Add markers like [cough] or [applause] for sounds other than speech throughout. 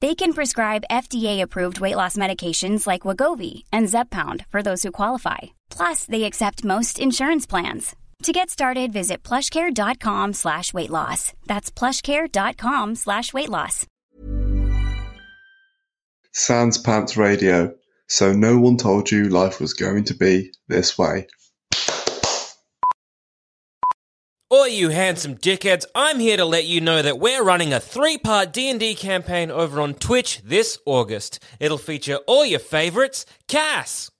They can prescribe FDA-approved weight loss medications like Wagovi and Zepbound for those who qualify. Plus, they accept most insurance plans. To get started, visit plushcare.com slash weight loss. That's plushcare.com slash weight loss. Sans Pants Radio. So no one told you life was going to be this way. All you handsome dickheads, I'm here to let you know that we're running a three-part D&D campaign over on Twitch this August. It'll feature all your favorites, Cass,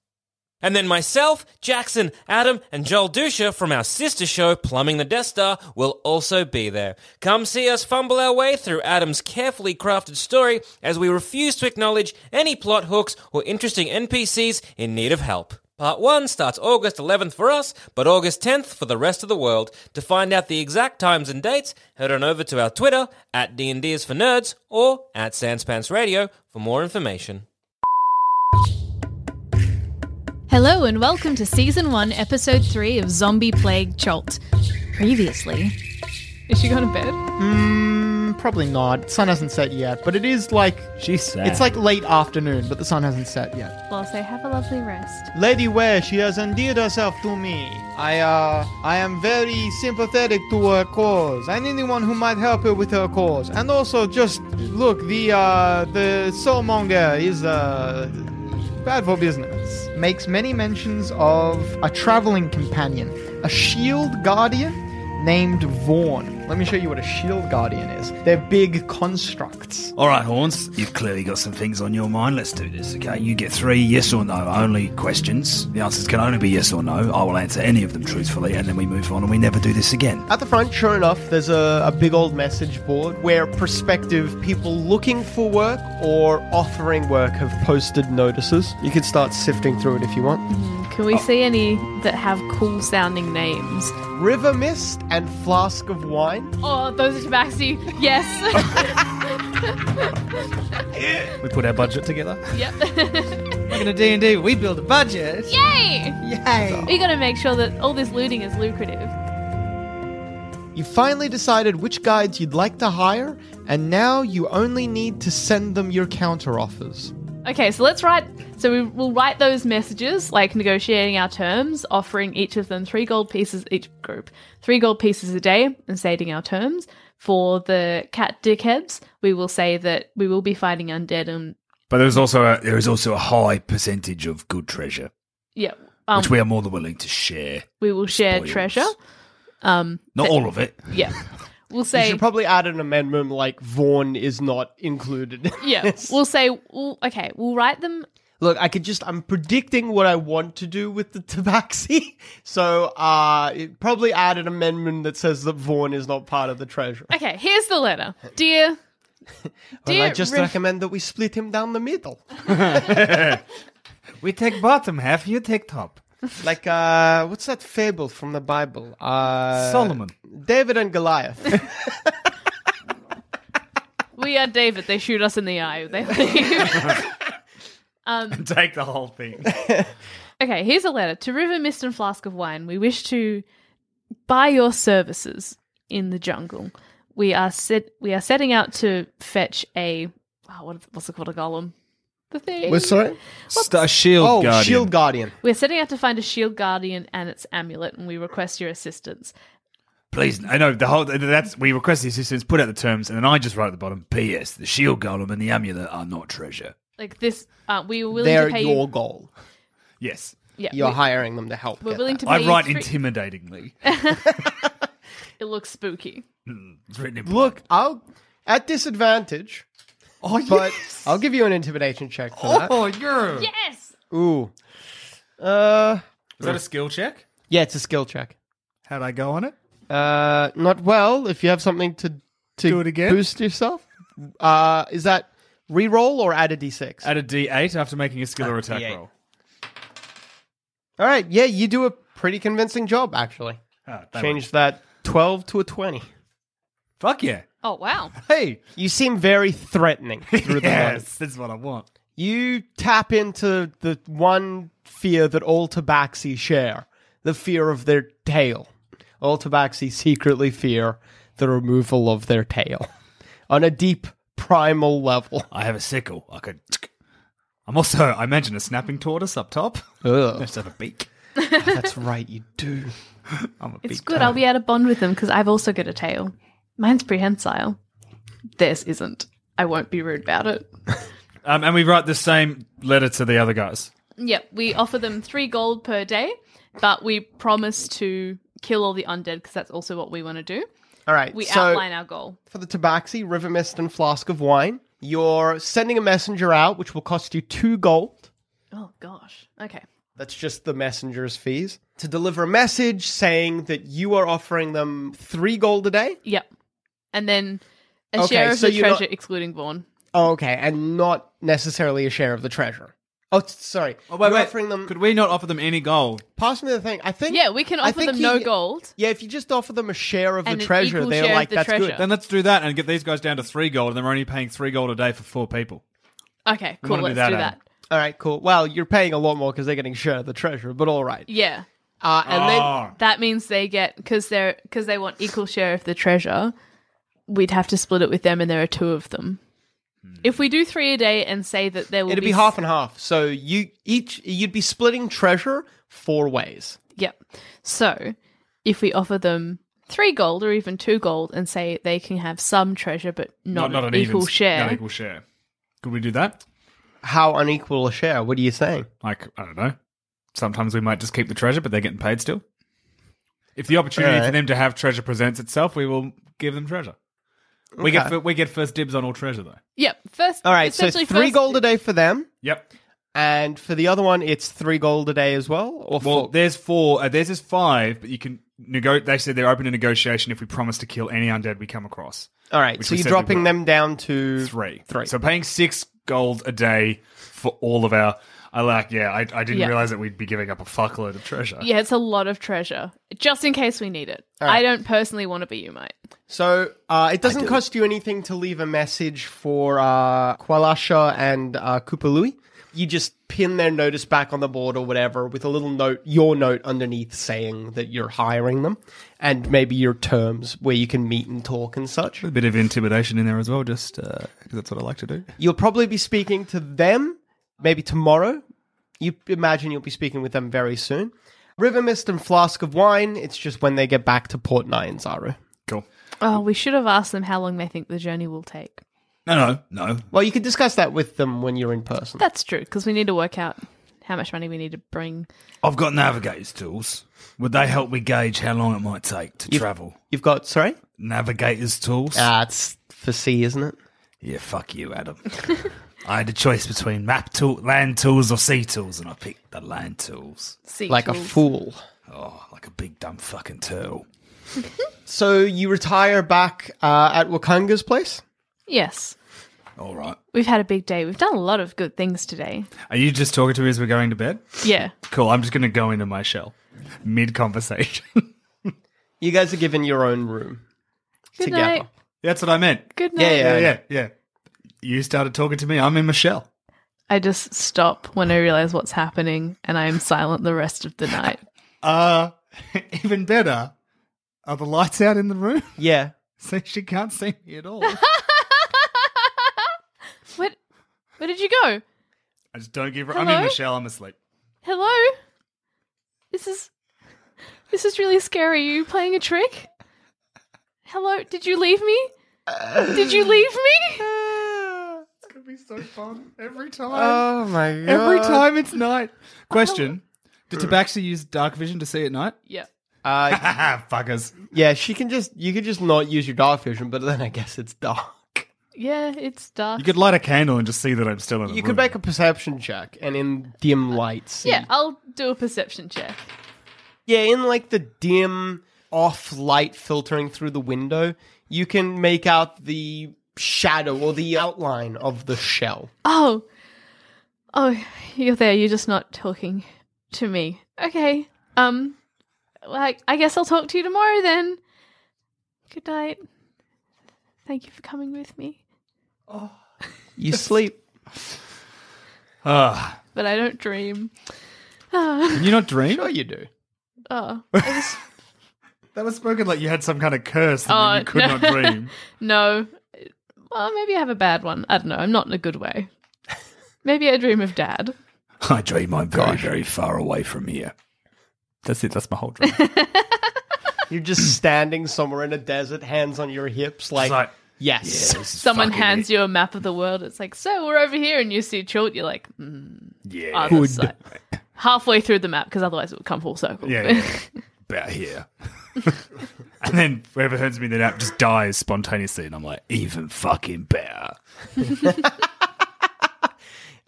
and then myself, Jackson, Adam, and Joel Dusha from our sister show Plumbing the Death Star will also be there. Come see us fumble our way through Adam's carefully crafted story as we refuse to acknowledge any plot hooks or interesting NPCs in need of help. Part 1 starts August 11th for us, but August 10th for the rest of the world. To find out the exact times and dates, head on over to our Twitter at D&D is for Nerds or at Sanspants Radio for more information. Hello and welcome to Season 1, Episode 3 of Zombie Plague Cholt. Previously. Is she gone to bed? Mm, probably not. Sun hasn't set yet, but it is like She's sad. it's like late afternoon, but the sun hasn't set yet. Well, say have a lovely rest. Lady Ware, she has endeared herself to me. I, uh, I am very sympathetic to her cause, and anyone who might help her with her cause. And also, just look, the, uh, the soulmonger is, uh, bad for business. Makes many mentions of a traveling companion, a shield guardian named Vaughn. Let me show you what a shield guardian is. They're big constructs. All right, Horns, you've clearly got some things on your mind. Let's do this, okay? You get three yes or no only questions. The answers can only be yes or no. I will answer any of them truthfully, and then we move on and we never do this again. At the front, sure enough, there's a, a big old message board where prospective people looking for work or offering work have posted notices. You can start sifting through it if you want. Can we see any that have cool sounding names? River Mist and Flask of Wine. Oh, those are Tabaxi. Yes. We put our budget together. yep. Back in the D&D, we build a budget. [laughs] Yay! Yay! We gotta make sure that all this looting is lucrative. You finally decided which guides you'd like to hire, and now you only need to send them your counter offers. Okay, so let's write. So we will write those messages, like negotiating our terms, offering each of them three gold pieces each group, three gold pieces a day, and stating our terms. For the cat dickheads, we will say that we will be fighting undead and But there's also a, there is also a high percentage of good treasure, yeah, um, which we are more than willing to share. we will share spoils. treasure. Um, Not all of it. [laughs] yeah, we'll you say should probably add an amendment like Vaughn is not included. yeah. We'll say we'll, okay. We'll write them. Look, I could just, I'm predicting what I want to do with the [laughs] tabaxi. So, uh, it probably add an amendment that says that Vaughn is not part of the treasure. Okay, here's the letter, dear. [laughs] And I dear just Riff- recommend that we split him down [laughs] the middle. We take bottom half, you take top. like, uh, what's that fable from the Bible? Uh, [laughs] Solomon. David [laughs] and Goliath. We are David. They shoot us in the eye. They [laughs] [laughs] leave. Take the whole [laughs] thing. Okay, here's a letter to River Mist and Flask of Wine. We wish to buy your services in the jungle. We are set. We are setting out to fetch a. Oh, what, what's it called? A golem. The thing. We're sorry? St- a shield Oh, guardian. Shield Guardian. We're setting out to find a shield guardian and its amulet, and we request your assistance. Please, I know the whole. That's we request the assistance, put out the terms, and then I just write at the bottom. P.S. The shield golem and the amulet are not treasure. Like this, uh, we are willing They're to pay your you. goal. Yes, Yeah, You're we, hiring them to help. we're get willing that. to pay. I write you three- intimidatingly. It looks spooky. It's written in Look, I'll. at disadvantage, Oh, [laughs] but yes. I'll give you an intimidation check for Oh, you're. Yes. that. Ooh. Uh, Is that a skill check? yeah, it's a skill check. How'd I go on it? Uh, not well. If you have something to to Do it again? boost yourself, uh, is that re-roll or add a d6? At a D8 after making a skill or attack D8. roll. All right, yeah, you do a pretty convincing job actually. Ah, they Change that twelve to a twenty. were- Fuck yeah. Oh wow. Hey. You seem very [laughs] threatening through the line. yes, that's what I want. You tap into the one fear that all tabaxi share the fear of their tail. All tabaxi secretly fear the removal of their tail on a deep primal level. I have a sickle. I could. I'm also. I imagine a snapping tortoise up top. Ugh, [laughs] Let's have a beak. that's right, you do. I'm a It's big good. turtle. I'll be able to bond with them because I've also got a tail. Mine's prehensile. Theirs isn't. I won't be rude about it. Um, and we write the same letter to the other guys. Yep, we offer them three gold per day, but we promise to kill all the undead because that's also what we want to do. All right, We so outline our goal. for the tabaxi, river mist, and flask of wine, you're sending a messenger out, which will cost you two gold. Oh gosh. Okay. That's just the messenger's fees. To deliver a message saying that you are offering them three gold a day. Yep. And then a Okay, share of so the you're not- treasure, excluding Vaughn. Oh, okay, and not necessarily a share of the treasure. Oh, t- sorry. You're offering them. Could we not offer them any gold? pass me the thing. I think. Yeah, we can I offer think them he- no gold. Yeah, if you just offer them a share of And the an treasure, equal they're share of like, the "That's treasure." good." Then let's do that and get these guys down to three gold, and then we're only paying three gold a day for four people. Okay, cool. wanna do Let's that, do Adam. that. All right, cool. Well, you're paying a lot more because they're getting share of the treasure, but all right. Yeah. Uh, and then Oh. That means they get because they're because they want equal share of the treasure. We'd have to split it with them, and there are two of them. Hmm. If we do three a day and say that there will it'd be be half and half. So you each you'd be splitting treasure four ways. Yep. So if we offer them three gold or even two gold and say they can have some treasure but not, an equal even- share, Not equal share. Could we do that? How unequal a share? What are you saying? Like I don't know. Sometimes we might just keep the treasure, but they're getting paid still. If the opportunity Alright. for them to have treasure presents itself, we will give them treasure. We get Okay. fir- we get first dibs on all treasure though. yep. First, All right, so essentially three first- gold a day for them, Yep. and for the other one, it's three gold a day as well. Or Well, four. there's four. Uh, theirs is five, but you can nego- They said they're open to negotiation if we promise to kill any undead we come across. All right, which so we you're said we dropping will. them down to Three. Three. So paying six gold a day for all of our. I like. Yeah, I, I didn't Yeah. realize that we'd be giving up a fuckload of treasure. Yeah, it's a lot of treasure just in case we need it. I don't personally want to be you, mate. So uh, it doesn't cost you anything to leave a message for uh, Kualasha and uh, Kupalui. You just pin their notice back on the board or whatever with a little note, your note underneath saying that you're hiring them and maybe your terms where you can meet and talk and such. A bit of intimidation in there as well, just uh, because that's what I like to do. You'll probably be speaking to them maybe tomorrow. You imagine you'll be speaking with them very soon. River Mist and Flask of Wine, it's just when they get back to Port Nyanzaru. Cool. Oh, we should have asked them how long they think the journey will take. No, no, no. Well, you can discuss that with them when you're in person. That's true because we need to work out how much money we need to bring. I've got navigator's tools. Would they help me gauge how long it might take to travel? You've got, sorry? Navigator's tools. Uh. Ah, it's for C, isn't it? yeah, fuck you, Adam. [laughs] I had a choice between map tool, land tools, or sea tools, and I picked the land tools. Sea Like a tools. fool. Oh, like a big dumb fucking turtle. So you retire back uh, at Wakanga's place? Yes, All right. we've had a big day. We've done a lot of good things today. Are you just talking to me as we're going to bed? Yeah. Cool. I'm just going to go into my shell mid conversation. [laughs] You guys are given your own room. Good Together. night. That's what I meant. Good night. Yeah, yeah, yeah. Yeah, yeah. You started talking to me. I'm in my shell. I just stop when I realize what's happening and I am silent the rest of the [laughs] night. Uh, [laughs] even better. Are the lights out in the room? [laughs] Yeah. so she can't see me [laughs] at all. What? Where did you go? I just don't give her. I'm Hello? in my shell. I'm asleep. Hello? This is This is really scary. Are you playing a trick? Hello, did you leave me? Did you leave [laughs] me? It's gonna be so fun every time. Oh my god. every time it's night. Oh, Question: Did Tabaxi use dark vision to see at night? Yeah. Uh, Haha, [laughs] fuckers. yeah, she can just, you could just not use your dark vision, but then I guess it's dark. Yeah, it's dark. You could light a candle and just see that I'm still in the You room. could make a perception check, and in dim lights. yeah, I'll do a perception check. Yeah, in like the dim off light filtering through the window, you can make out the shadow or the outline of the shell. Oh, oh, you're there. You're just not talking to me. Okay. Um, like I guess I'll talk to you tomorrow then. Good night. Thank you for coming with me. [laughs] You sleep. Ah, But I don't dream. can you not dream? Sure you do. Oh, [laughs] That was spoken like you had some kind of curse and that Oh, you could no. not dream. No. Well, maybe I have a bad one. I don't know. I'm not in a good [laughs] way. Maybe I dream of dad. [laughs] I dream I'm very, very far away from here. That's it. That's my whole [laughs] dream. Oh, You're just standing somewhere in a desert, hands on your hips, like, like, yes. Someone hands you a map of the world. It's like, so we're over here, and you see Chult. You're like, mm, Yeah, other side. halfway through the map, because otherwise it would come full circle. Yeah, yeah, [laughs] about here. [laughs] and then whoever hands me that app just dies spontaneously, and I'm like, Even fucking better.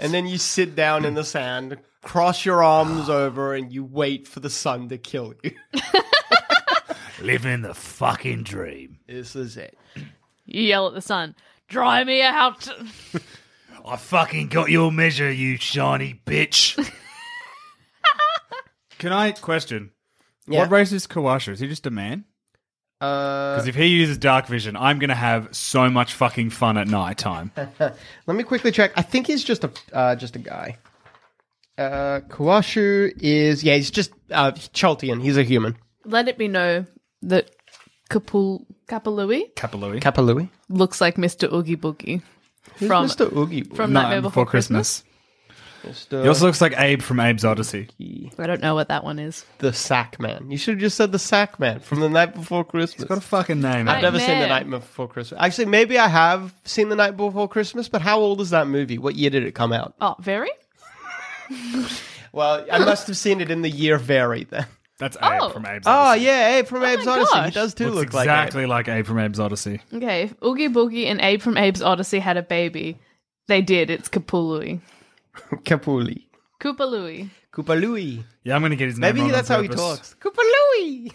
And then you sit down in the sand, cross your arms over, and you wait for the sun to kill you. [laughs] Living the fucking dream. This is it. You yell at the sun, dry me out. I fucking got your measure, you shiny [laughs] bitch. "Can I question? Yeah. What race is Kawasha? Is he just a man? Uh, Because if he uses dark vision, I'm gonna have so much fucking fun at [laughs] night time. let me quickly check. I think he's just a uh, just a guy. Uh, Kawashu is yeah, he's just uh, Chaltian. He's a human. Let it be known that Kapul Kapalui Kapalui. Kapalui. looks like Mr. Oogie Boogie Who's From- Mr. Oogie? from Night Nightmare Before Christmas. He also looks like Abe from Abe's Odyssey. I don't know what that one is. the Sack Man. You should have just said the Sack Man from the night before Christmas. What a fucking name. I- I've never seen Man. the night before Christmas. Actually, maybe I have seen the night before Christmas. But how old is that movie? What year did it come out? Oh, very? Well, I must have seen it in the year very then. That's Abe Oh. from [laughs] Abe's Oh Odyssey. yeah, Abe from Abe's my Odyssey. He gosh. does too Looks look like Abe. exactly like Abe. from Abe's Odyssey. Okay, if Oogie Boogie and Abe from Abe's Odyssey had a baby, they did. It's Kapului. Capuli. Koopalui. Koopalui. Yeah, I'm gonna get his name. Maybe wrong on that's how he purpose. talks. Koopalui.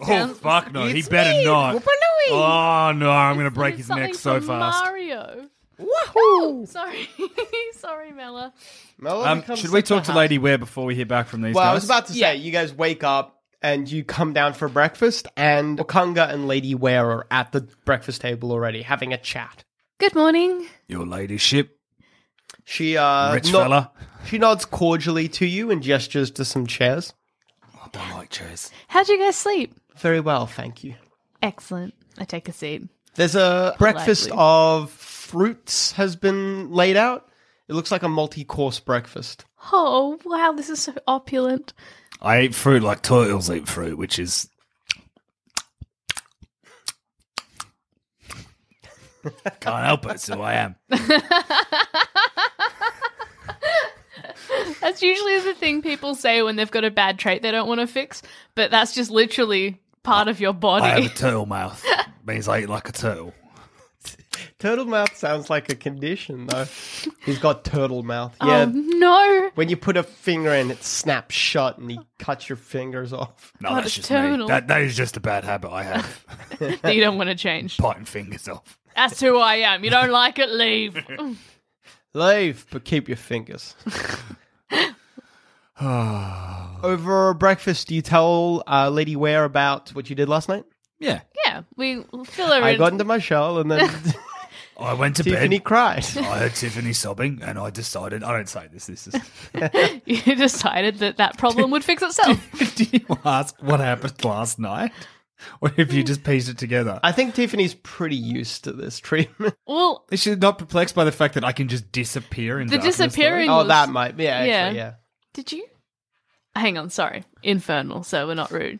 Oh Sounds- fuck no, he It's better me, not. Koopalui. Oh no, I'm gonna It's- break it's his something neck so from fast. Mario. Wahoo! Sorry. [laughs] Sorry, Mella. Melody Um, comes should we the talk to house. Lady Ware before we hear back from these Well, guys? I was about to say, you guys wake up and you come down for breakfast, and Okanga and Lady Ware are at the breakfast table already having a chat. Good morning. Your ladyship, She uh, rich nod- fella. she nods cordially to you and gestures to some chairs. I don't like chairs. How'd you guys sleep? Very well, thank you. Excellent. I take a seat. There's a breakfast Lively. of fruits has been laid out. It looks like a multi-course breakfast. Oh, wow, this is so opulent. I eat fruit like turtles eat fruit, which is can't help it. It's who I am. That's usually the thing people say when they've got a bad trait they don't want to fix, but that's just literally part of your I have [laughs] body. a turtle mouth. Means I eat like a turtle. Turtle mouth sounds like a condition, [laughs] though. He's got turtle mouth. Yeah. [laughs] Oh, no. When you put a finger in, it snaps shut and he cuts your fingers off. No, Not that's a just me. turtle. That, that is just a bad habit I [laughs] have. That you don't want to change. Biting fingers off. That's who I am. You don't like it, leave. Leave, but keep your [laughs] fingers. [sighs] Over breakfast, do you tell uh, Lady Ware about what you did last night? Yeah. yeah, we fill her I in. got into my shell and then I went to Tiffany bed. cried. [laughs] I heard Tiffany sobbing, and I decided I don't say this. This is. [laughs] you decided that that problem would fix itself. [laughs] Do you ask what happened last night? Or have you just pieced it together? I think Tiffany's pretty used to this treatment. well, Is she not perplexed by the fact that I can just disappear in the darkness, though? disappearing. oh, was- that might be. Yeah, actually, Yeah. yeah. Did you? Hang on, sorry. Infernal, so we're not rude.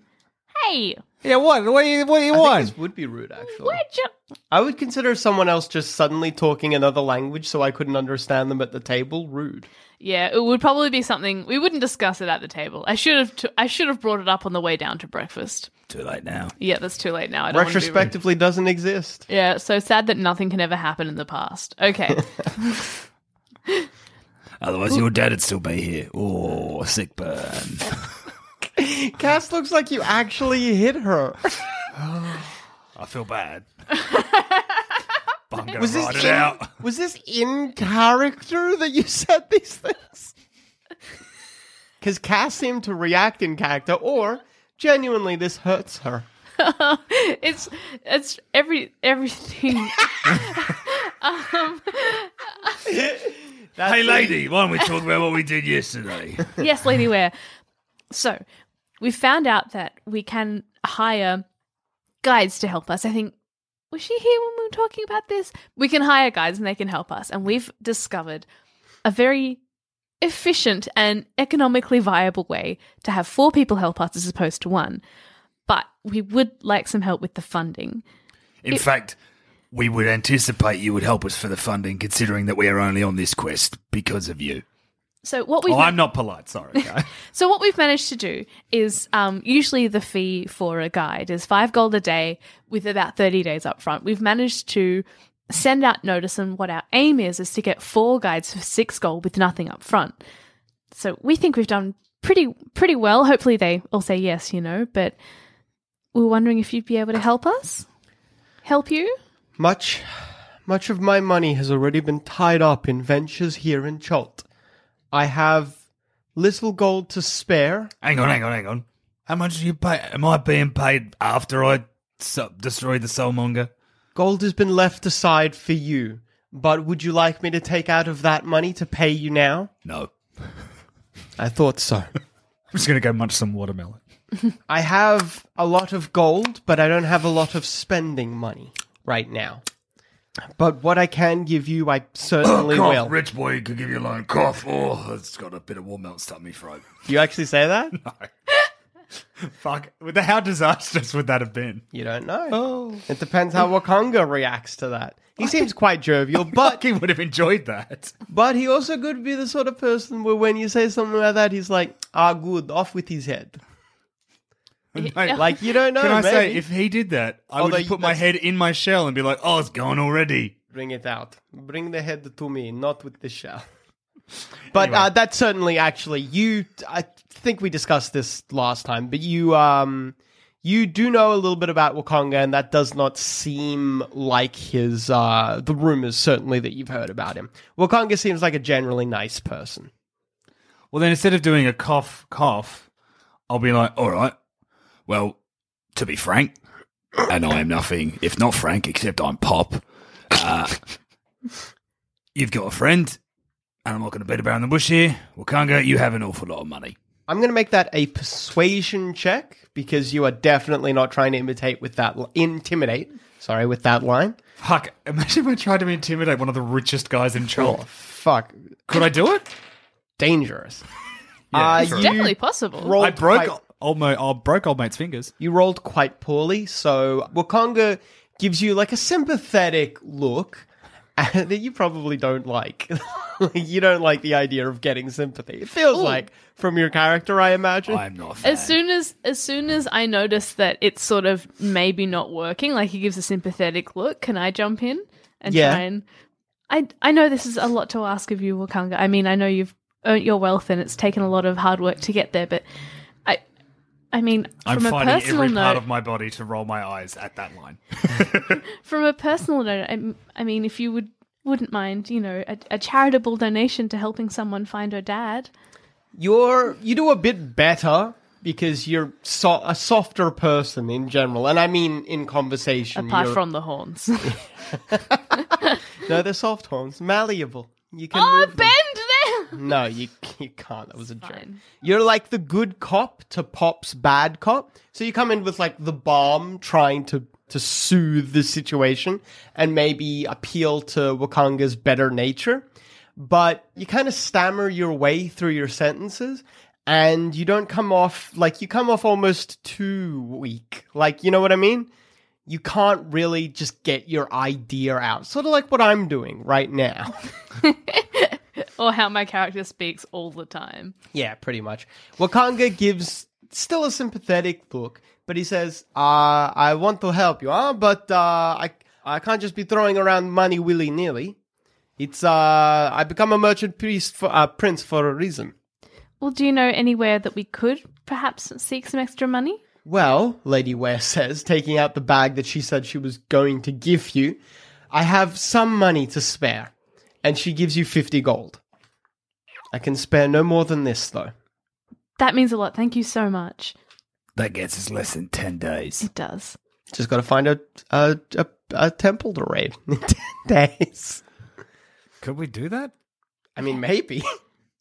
Hey, Yeah, what? What do you, what do you I think want? this would be rude, actually. Where'd you? I would consider someone else just suddenly talking another language so I couldn't understand them at the table rude. Yeah, it would probably be something we wouldn't discuss it at the table. I should have. T- I should have brought it up on the way down to breakfast. Too late now. Yeah, that's too late now. I don't wanna be rude. Retrospectively doesn't exist. [laughs] Yeah, so sad that nothing can ever happen in the past. Okay. [laughs] Otherwise, your dad'd still be here. Oh, sick burn. Cass looks like you actually hit her. I feel [laughs] bad. but I'm gonna Was this ride it in- out. Was this in character that you said these things? Because Cass seemed to react in character, or genuinely, this hurts her. it's it's every everything Hey, lady, why don't we talk about what we did [laughs] yesterday? [laughs] yes, Lady Ware. So, we found out that we can hire guides to help us. I think was she here when we were talking about this? We can hire guides and they can help us. And we've discovered a very efficient and economically viable way to have four people help us as opposed to one. But we would like some help with the funding. In fact, we would anticipate you would help us for the funding, considering that we are only on this quest because of you. So what we've Oh, I'm not polite. Sorry. [laughs] okay. So what we've managed to do is um, usually the fee for a guide is five gold a day with about 30 days up front. We've managed to send out notice and what our aim is is to get four guides for six gold with nothing up front. So we think we've done pretty pretty well. Hopefully they all say yes, you know, but we we're wondering if you'd be able to help us? Help you? Much, much of my money has already been tied up in ventures here in Cholt. I have little gold to spare. Hang on, hang on, hang on. How much do you pay? Am I being paid after I so- destroyed the soulmonger? Gold has been left aside for you, but would you like me to take out of that money to pay you now? No. I thought so. I'm just gonna go munch some watermelon. [laughs] I have a lot of gold, but I don't have a lot of spending money right now. But what I can give you, I [coughs] certainly cough, will. Oh, rich boy, could give you a loan. Cough. Oh, it's got a bit of warm milk stuck in my throat. Do you actually say that? Fuck. with the- How disastrous would that have been? You don't know. Oh. It depends how Wakanga reacts to that. He seems quite [laughs] jovial, but He would have enjoyed that. [laughs] but he also could be the sort of person where when you say something like that, he's like, "Ah, good, off with his head." Like you don't know. Can I say, maybe. if he did that, I would Although just you- put my that's- head in my shell and be like, "Oh, it's gone already." Bring it out. Bring the head to me, not with the shell. But uh, that's certainly actually you. I think we discussed this last time, but you um you do know a little bit about Wakanga, and that does not seem like his uh the rumors certainly that you've heard about him. Wakanga seems like a generally nice person. Well, then instead of doing a cough, cough, I'll be like, All right. Well, to be frank, and I am nothing if not frank, except I'm Pop. Uh, you've got a friend, and I'm not going to beat about in the bush here. Wakanga, you have an awful lot of money. I'm going to make that a persuasion check because you are definitely not trying to imitate with that li- intimidate. Sorry, with that line. "Fuck!" Imagine if I tried to intimidate one of the richest guys in Chol. Fuck, Could I do it? dangerous. Uh, true. you Definitely possible. rolled I broke quite- old mate. I broke old mate's fingers. you rolled quite poorly, so Wakanga gives you like a sympathetic look [laughs] and that you probably don't like. [laughs] you don't like the idea of getting sympathy. It feels like from your character, I imagine. I am not a fan. As soon as as soon as I notice that it's sort of maybe not working, like he gives a sympathetic look, can I jump in and Yeah. try and I I know this is a lot to ask of you, Wakanga. I mean, I know you've earned your wealth and it's taken a lot of hard work to get there, but I I mean, I'm from a finding personal every note, part of my body to roll my eyes at that line. from a personal note, I, I mean, if you would wouldn't mind, you know, a, a charitable donation to helping someone find her dad. You're you do a bit better because you're so- a softer person in general, and I mean in conversation. Apart you're- from the horns, [laughs] Oh, no, they're soft horns, malleable. You can oh, move them. bend them. [laughs] No, you you can't. That was a joke. Fine. You're like the good cop to Pop's bad cop. So you come in with like the bomb trying to to soothe the situation and maybe appeal to Wakanga's better nature. But you kind of stammer your way through your sentences and you don't come off like you come off almost too weak. Like, you know what I mean? You can't really just get your idea out. Sort of like what I'm doing right now. [laughs] or how my character speaks all the time. Yeah, pretty much. Wakanga gives still a sympathetic look, but he says, uh, I want to help you, huh? but uh, I, I can't just be throwing around money willy nilly. It's uh, I become a merchant priest for, uh, prince for a reason. Well, do you know anywhere that we could perhaps seek some extra money? Well, Lady Ware [laughs] says, taking out the bag that she said she was going to give you, I have some money to spare. And she gives you 50 gold. I can spare no more than this, though. That means a lot. Thank you so much. That gets us less than 10 days. It does. Just got to find a, a, a, a temple to raid [laughs] in 10 days. Could we do that? I mean, maybe.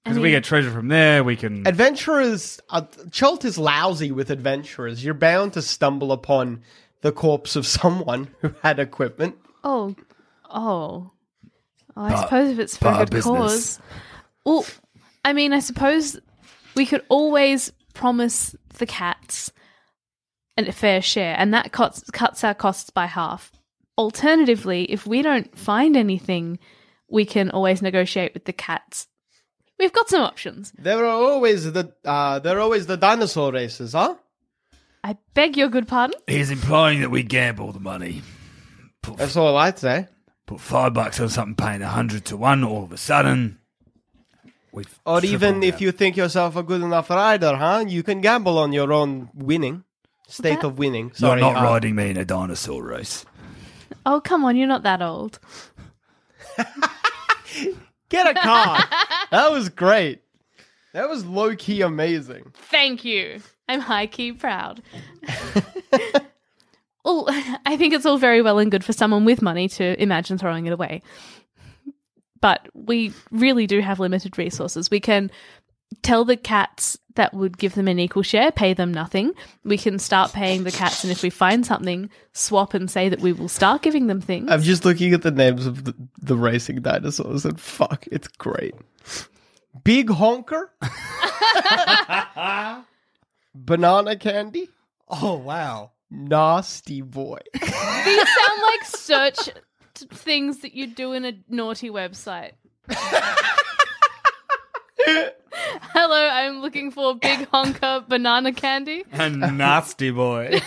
Because we get treasure from there, we [laughs] can. Adventurers, uh, Chult is lousy with adventurers. You're bound to stumble upon the corpse of [laughs] someone who had equipment. Oh, oh. oh I Bar- suppose if it's for bar a good business. cause. Well, I mean, I suppose we could always promise the cats a fair share, and that cuts, cuts our costs by half. Alternatively, if we don't find anything, we can always negotiate with the cats. We've got some options. There are always the uh, there are always the dinosaur races, huh? I beg your good pardon. He's implying that we gamble the money. Put, That's all I'd say. put five bucks on something paying a hundred to one, all of a sudden. We've Or even tripled if our- you think yourself a good enough rider, huh? You can gamble on your own winning state That- of winning. You're Sorry, not uh, riding me in a dinosaur race. Oh, come on, you're not that old. Get a car. that was great. That was low key amazing. Thank you. I'm high key proud. [laughs] well, I think it's all very well and good for someone with money to imagine throwing it away. But we really do have limited resources. We can tell the cats that would give them an equal share, pay them nothing. We can start paying the cats, and if we find something, swap and say that we will start giving them things. I'm just looking at the names of the, the racing dinosaurs and fuck, it's great. Big Honker, [laughs] Banana Candy, Oh, wow. Nasty Boy. These sound like search t- things that you do in a naughty website. Hello, I'm looking for Big Honker Banana Candy. A [laughs] nasty boy.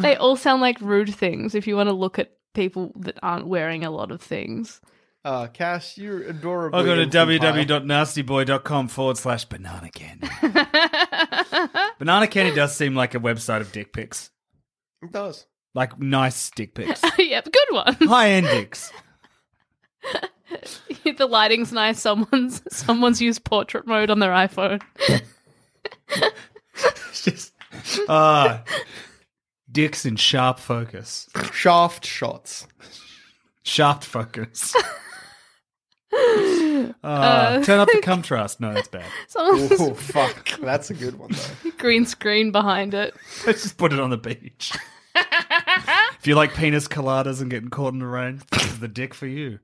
They all sound like rude things if you want to look at people that aren't wearing a lot of things. [laughs] Uh, Cass, you're adorable. I'll go to www.nastyboy.com forward slash banana candy. [laughs] banana candy does seem like a website of dick pics, It does. like nice dick pics, yep, good one. [laughs] high [laughs] end dicks. the lighting's nice. Someone's someone's used portrait mode on their iPhone. [laughs] It's just Ah, dicks in sharp focus, shaft shots. sharp focus. Ah, turn up the contrast. No, that's bad. Someone's [laughs] Oh, fuck. That's a good one, though. green screen behind it. Let's just put it on the beach. if you like penis coladas and getting caught in the rain, [laughs] this is the dick for you.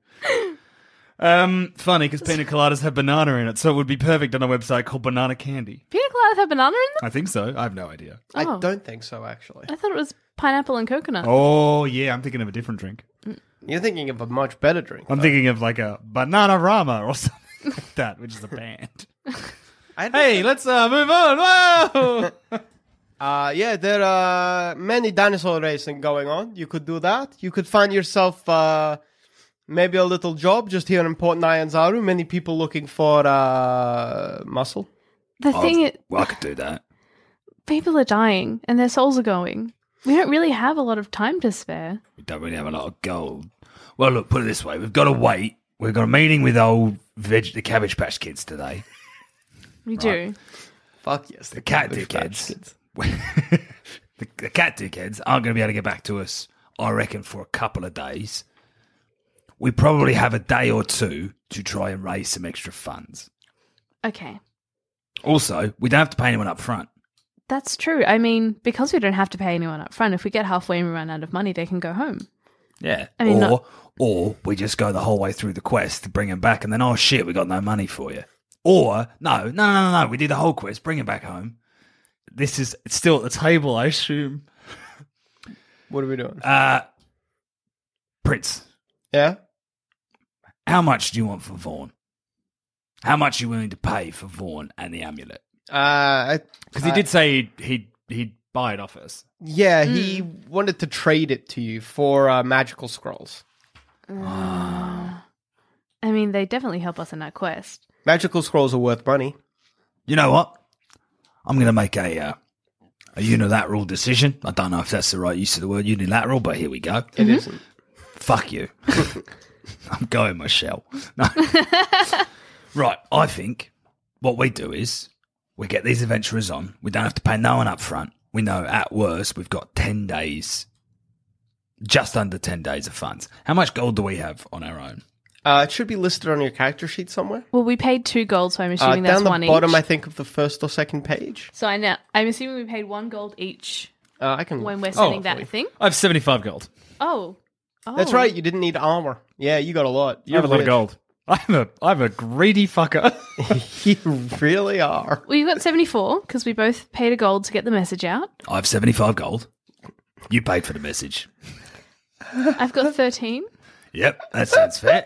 Um, funny because pina coladas have banana in it, so it would be perfect on a website called Banana Candy. Pina coladas have banana in them. I think so. I have no idea. I don't think so, actually. I thought it was pineapple and coconut. Oh yeah, I'm thinking of a different drink. You're thinking of a much better drink. I'm thinking of like a banana rama or [laughs] something like that, which is a band. I don't- hey, let's uh, move on. Whoa! Uh, yeah, there are many dinosaur racing going on. You could do that. You could find yourself uh, maybe a little job just here in Port Nyanzaru. Many people looking for uh, muscle. The thing is, Well, I could do that. people are dying and their souls are going. We don't really have a lot of time to spare. We don't really have a lot of gold. Well, look, put it this way: we've got to wait. We've got a meeting with old veg- the Cabbage Patch Kids today. We do. Fuck yes. The cat dickheads. [laughs] the, the cat dickheads aren't going to be able to get back to us. I reckon for a couple of days. We probably have a day or two to try and raise some extra funds. Okay. Also, we don't have to pay anyone up front. That's true. I mean, because we don't have to pay anyone up front, if we get halfway and we run out of money, they can go home. Yeah. I mean, or not- or we just go the whole way through the quest to bring him back, and then oh shit, we got no money for you. Or no, no, no, no, no. We did the whole quest. Bring him back home. This is it's still at the table, I assume. What are we doing? Uh, Prince, Yeah. how much do you want for Vaughn? How much are you willing to pay for Vaughn and the amulet? Uh, I- Because he did say he'd, he'd he'd buy it off us. yeah, he Hmm. wanted to trade it to you for uh, magical scrolls. I mean, they definitely help us in our quest. Magical scrolls are worth money. You know what? I'm going to make a uh, a unilateral decision. I don't know if that's the right use of the word unilateral, but here we go. Mm-hmm. It isn't. Fuck you. [laughs] I'm going, Michelle. No. [laughs] right. I think what we do is we get these adventurers on. We don't have to pay no one up front. We know at worst we've got 10 days, just under 10 days of funds. How much gold do we have on our own? Uh, it should be listed on your character sheet somewhere. Well, we paid two gold, so I'm Uh, assuming that's down the one bottom, each. I think, of the first or second page. so I know I'm assuming we paid one gold each Uh, I can. when we're sending hopefully. that thing. I have seventy five gold. Oh. oh, That's right. You didn't need armor. Yeah, you got a lot. You have a lot of rich. gold. I'm a I'm a greedy fucker. [laughs] You really are. We got 74 because we both paid a gold to get the message out. [laughs] [laughs] I have 75 gold. You paid for the message. I've got 13. Yep, that sounds fair.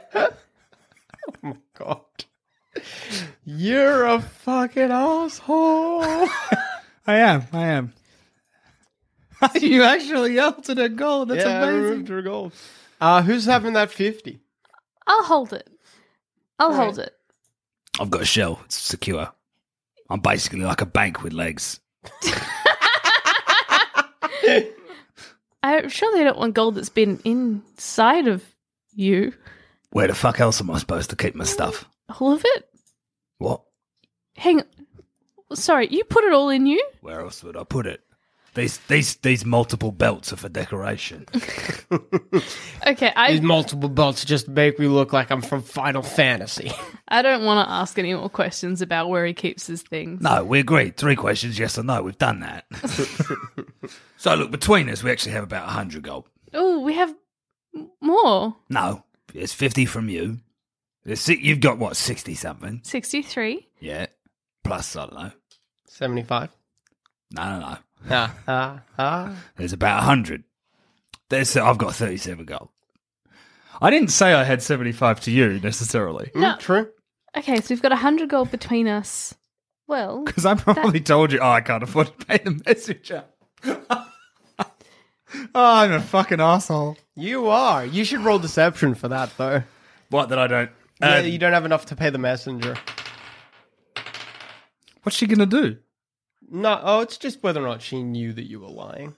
oh God. You're a fucking asshole. I am. I am. [laughs] you actually altered a gold. That's yeah, I amazing. removed her gold. Uh, who's having that 50? I'll hold it. I'll hold it. I've got a shell. It's secure. I'm basically like a bank with legs. I'm sure they don't want gold that's been inside of you. Where the fuck else am I supposed to keep my stuff? All of it? What? Hang Sorry, you put it all in you? Where else would I put it? These these these multiple belts are for decoration. Okay, I multiple belts just make me look like I'm from Final Fantasy. [laughs] I don't want to ask any more questions about where he keeps his things. No, we agreed. Three questions, yes or no. We've done that. so look, between us, we actually have about hundred gold. Oh, we have m- more. No, it's fifty from you. It's, si- you've got what sixty something? 63. Yeah. Plus, I don't know. 75. No, no, no. Ah, ah, ah. There's about hundred. There's I've got thirty-seven gold. I didn't say I had seventy five to you necessarily Mm, True. Okay, so we've got 100 gold between us. Well, because I probably told you. Oh, I can't afford to pay the messenger. [laughs] oh, I'm a fucking asshole. You are. You should roll deception for that, though. What that I don't. Yeah, Uh, you don't have enough to pay the messenger. what's she gonna do? No, oh, it's just whether or not she knew that you were lying.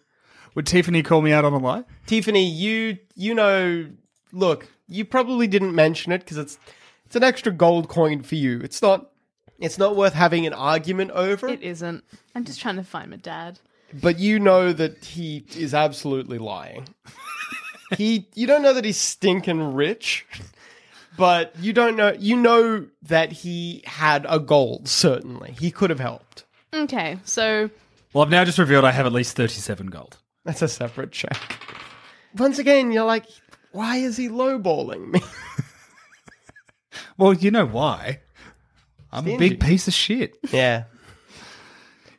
Would Tiffany call me out on a lie? Tiffany, you you know, look, you probably didn't mention it because it's it's an extra gold coin for you. It's not it's not worth having an argument over, it isn't. I'm just trying to find my dad. but you know that he is [laughs] absolutely lying. he you don't know that he's stinking rich, but you don't know you know that he had a gold certainly. He could have helped. Okay, so Well, I've now just revealed I have at least thirty-seven gold. That's a [laughs] separate check. Once again, you're like, why is he lowballing me? Well, you know why? I'm a big Stingy. piece of shit. Yeah.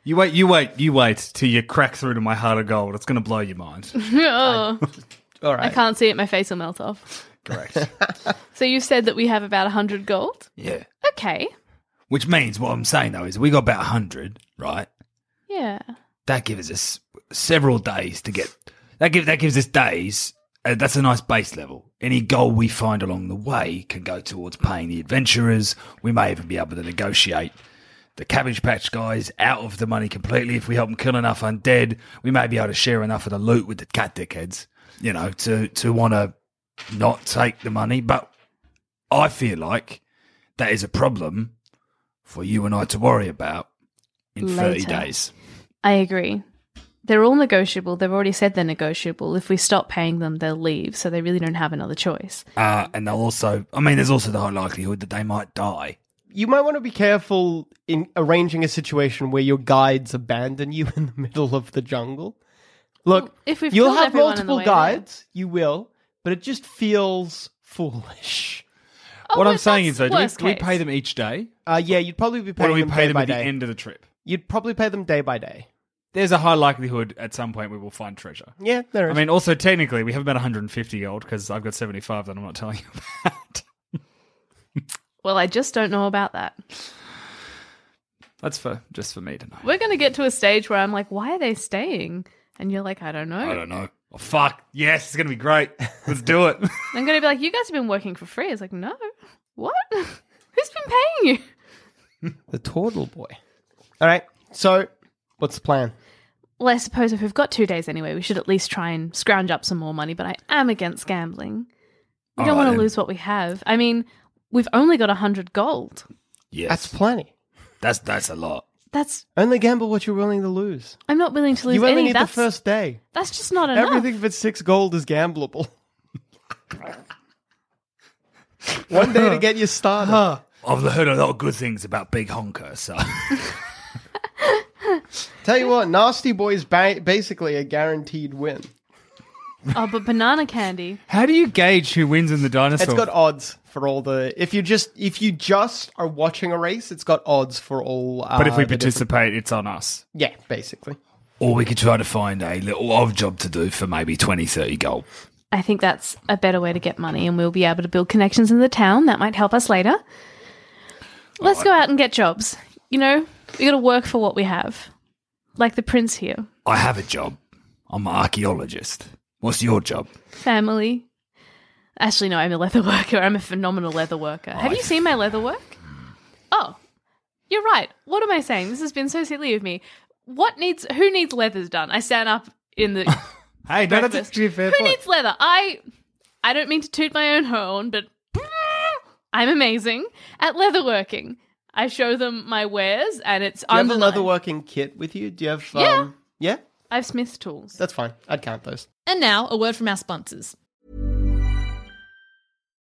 You wait, you wait, you wait till you crack through to my heart of gold. It's going to blow your mind. Oh, [laughs] All right. I can't see it. My face will melt off. [laughs] Correct. So you said that we have about 100 gold? Yeah. Okay. Which means what I'm saying though is we got about hundred, right? Yeah. That gives us several days to get. That give that gives us days. Uh, that's a nice base level. Any goal we find along the way can go towards paying the adventurers. We may even be able to negotiate the Cabbage Patch guys out of the money completely if we help them kill enough undead. We may be able to share enough of the loot with the cat dickheads, you know, to to want to not take the money. But I feel like that is a problem for you and I to worry about in thirty Later. days. I agree. They're all negotiable. They've already said they're negotiable. If we stop paying them, they'll leave. So they really don't have another choice. Uh, and they'll also, I mean, there's also the high likelihood that they might die. you might want to be careful in arranging a situation where your guides abandon you [laughs] in the middle of the jungle. Look, If we've you'll killed have everyone on the multiple way there. guides, you will, but it just feels foolish. what I'm look, saying Oh, that's is, though, do we, worst do we case. pay them each day, Uh, yeah, you'd probably be or paying do we them pay day them by at the day. end of the trip? You'd probably pay them day by day. There's a high likelihood at some point we will find treasure. Yeah, there I is. mean, also technically, we have about 150 gold because I've got 75 that I'm not telling you [laughs] about. Well, I just don't know about that. That's for just for me to know. We're going to get to a stage where I'm like, why are they staying? And you're like, I don't know. I don't know. Oh, fuck yes, it's gonna be great. Let's do it. [laughs] I'm going to be like, you guys have been working for free. It's like, no. What? [laughs] Who's been paying you? the Tortle boy. All right. So, what's the plan? Well, I suppose if we've got two days anyway, we should at least try and scrounge up some more money. But I am against gambling. We All don't Oh, right, want then. to lose what we have. I mean, we've only got 100 gold. Yes, That's that's plenty. that's, a lot. That's. Only gamble what you're willing to lose. I'm not willing to lose you only any. need that's, the first day. that's just not enough. Everything but six gold is gambleable. [laughs] One day to get you started. I've heard a lot of good things about Big Honker, so Tell you what, Nasty Boy's ba- basically a guaranteed win. Oh, but banana candy. How do you gauge who wins in the dinosaur? It's got odds for all the. If you just if you just are watching a race, it's got odds for all. Uh, but if we the different- participate, it's on us. yeah, basically. or we could try to find a little odd job to do for maybe 20, 30 gold. I think that's a better way to get money, and we'll be able to build connections in the town. That might help us later. Let's go out and get jobs. You know, we got to work for what we have, like the prince here. I have a job. I'm an archaeologist. What's your job? family. Actually, no, I'm a leather [laughs] worker. I'm a phenomenal leather worker. Have you seen my leather work? Hmm. Oh, you're right. What am I saying? This has been so silly of me. What needs who needs leathers done? I stand up in [laughs] the Hey, no, that's breakfast. actually a fair who point. needs leather? I I don't mean to toot my own horn, but [laughs] I'm amazing at leather working. I show them my wares, and it's Do you have a underlined. leatherworking kit with you? Do you have? Yeah. Um, yeah, I have Smith's tools. that's fine. I'd count those. And now, a word from our sponsors.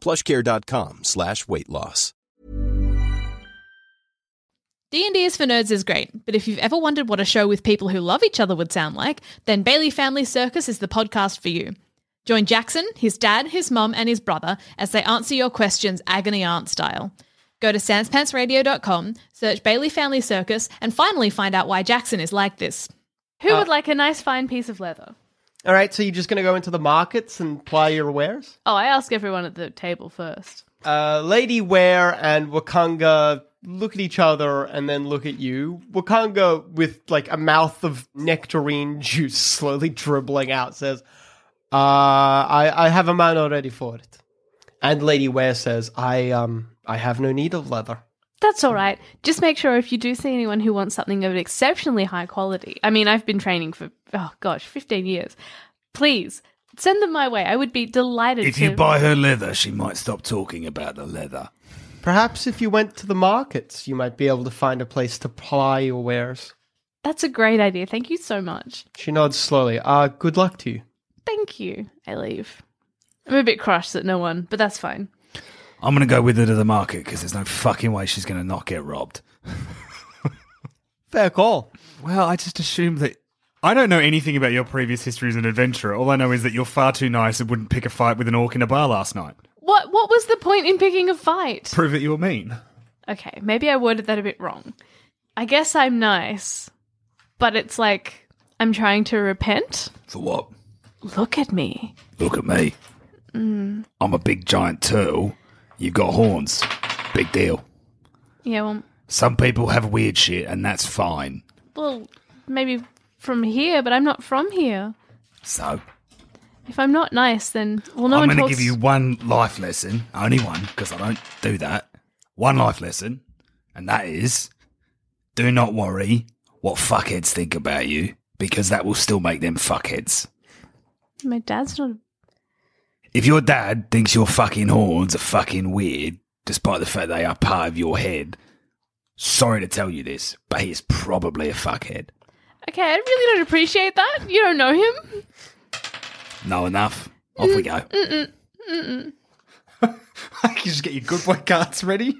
plushcare.com slash weight loss. D&D is for Nerds is great, but if you've ever wondered what a show with people who love each other would sound like, then Bailey Family Circus is the podcast for you. Join Jackson, his dad, his mum, and his brother as they answer your questions agony aunt style. Go to sanspantsradio.com, search Bailey Family Circus, and finally find out why Jackson is like this. Who would like a nice fine piece of leather? All right, so you're just going to go into the markets and ply your wares. Oh, I ask everyone at the table first. Uh, Lady Ware and Wakanga look at each other and then look at you. Wakanga, with like a mouth of nectarine [laughs] juice slowly dribbling out, says, uh, I, I have a man already for it. And Lady Ware says, I, um, I have no need of leather. That's all right. Just make sure if you do see anyone who wants something of exceptionally high quality. I mean, I've been training for oh gosh, fifteen years. Please send them my way. I would be delighted. If to. you buy her leather, she might stop talking about the leather. Perhaps if you went to the markets, you might be able to find a place to ply your wares. that's a great idea. Thank you so much. She nods slowly. Uh, good luck to you. Thank you. I leave. I'm a bit crushed that no one, but that's fine. I'm going to go with her to the market because there's no fucking way she's going to not get robbed. Fair call. Well, I just assumed that. I don't know anything about your previous history as an adventurer. All I know is that you're far too nice and wouldn't pick a fight with an orc in a bar last night. What what was the point in picking a fight? Prove that you were mean. Okay, maybe I worded that a bit wrong. I guess I'm nice, but it's like I'm trying to repent. For what? Look at me. Look at me. Mm. I'm a big giant turtle. You've got horns. Big deal. Yeah, well, Some people have weird shit, and that's fine. well, maybe from here, but I'm not from here. So If I'm not nice, then well, no I'm one going to talks. give you one life lesson, only one, because I don't do that. One life lesson, and that is do not worry what fuckheads think about you, because that will still make them fuckheads. My dad's not. If your dad thinks your fucking horns are fucking weird, despite the fact they are part of your head, sorry to tell you this, but he is probably a fuckhead. Okay, I really don't appreciate that. You don't know him. Know enough. Off we go. Mm-mm. Mm-mm. [laughs] I can just get your good boy cards ready.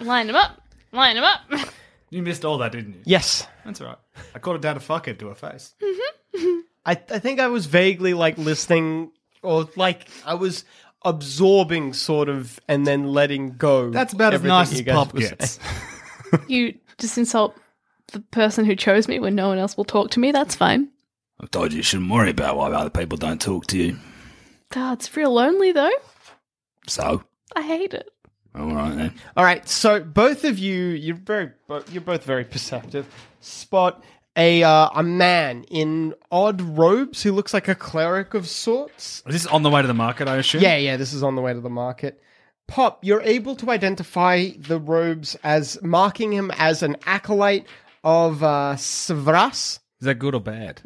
Line them up. Line them up. [laughs] You missed all that, didn't you? Yes. That's all right. I called it down to fuck it to her face. I, I think I was vaguely like listening or like I was absorbing sort of and then letting go. [laughs] That's about as everything nice you as guys Pop were gets. saying. you just insult the person who chose me when no one else will talk to me. That's fine. I told you you shouldn't worry about why other people don't talk to you. God, it's real lonely though. So, I hate it. all right then. All right, so both of you, you're very, bo- you're both very perceptive. Spot a uh, a man in odd robes who looks like a cleric of sorts. Is this on the way to the market, I assume? Yeah, yeah, this is on the way to the market. Pop, you're able to identify the robes as marking him as an acolyte of uh, Savras. Is that good or bad?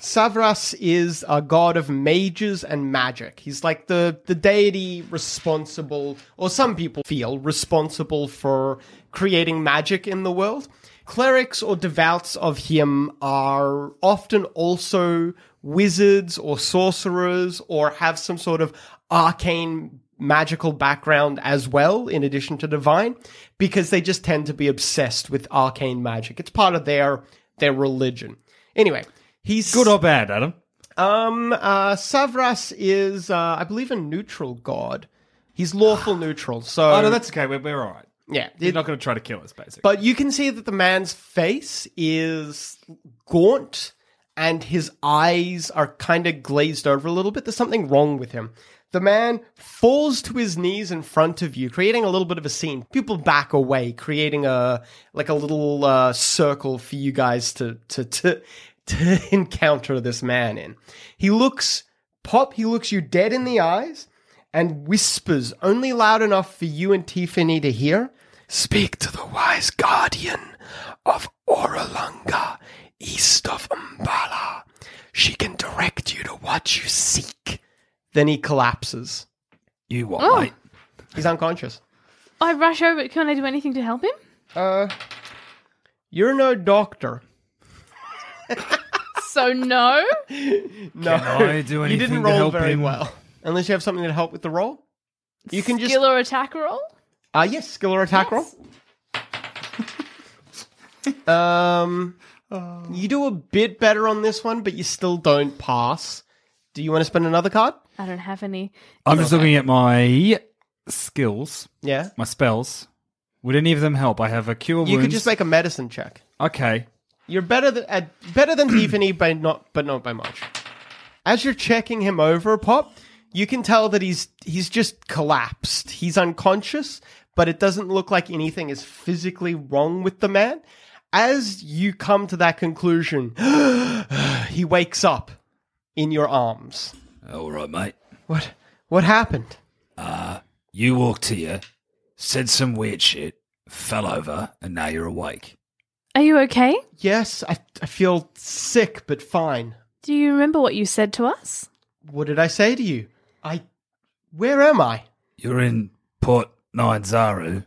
Savras is a god of mages and magic. He's like the, the deity responsible, or some people feel responsible for creating magic in the world. Clerics or devouts of him are often also wizards or sorcerers or have some sort of arcane magical background as well, in addition to divine, because they just tend to be obsessed with arcane magic. It's part of their their religion. Anyway, he's good or bad, Adam? Um, uh, Savras is, uh, I believe, a neutral god. He's lawful neutral, so Ah. oh, no, that's okay. We're, we're all right. yeah. He's it- not going to try to kill us, basically. but you can see that the man's face is gaunt and his eyes are kind of glazed over a little bit. There's something wrong with him. The man falls to his knees in front of you, creating a little bit of a scene. People back away, creating a like a little uh, circle for you guys to to to to [laughs] encounter this man in. He looks pop. He looks you dead in the eyes and whispers only loud enough for you and Tiffany to hear. Speak to the wise guardian of Oralunga, east of Umbala. She can direct you to what you seek. Then he collapses. You what, Oh. mate? He's unconscious. I rush over. Can I do anything to help him? Uh, you're no doctor. So [laughs] no. No, Can [laughs] I do you anything didn't to roll help very him? well. Unless you have something to help with the roll. You can just Skill or attack roll. uh yes, skill or attack roll. [laughs] um, you do a bit better on this one, but you still don't pass. Do you want to spend another card? I don't have any. I'm just looking at my skills, Yeah. my spells. Would any of them help? I have a cure wounds. You could just make a medicine check. Okay. You're better than at, better than Tiffany, but not but not by much. As you're checking him over, Pop, you can tell that he's he's just collapsed. He's unconscious, but it doesn't look like anything is physically wrong with the man. As you come to that conclusion, [gasps] he wakes up in your arms. All right, mate. What what happened? You walked here, said some weird shit, fell over, and now you're awake. Are you okay? Yes, I, I feel sick but fine. Do you remember what you said to us? What did I say to you? I where am I? You're in Port Nyanzaru.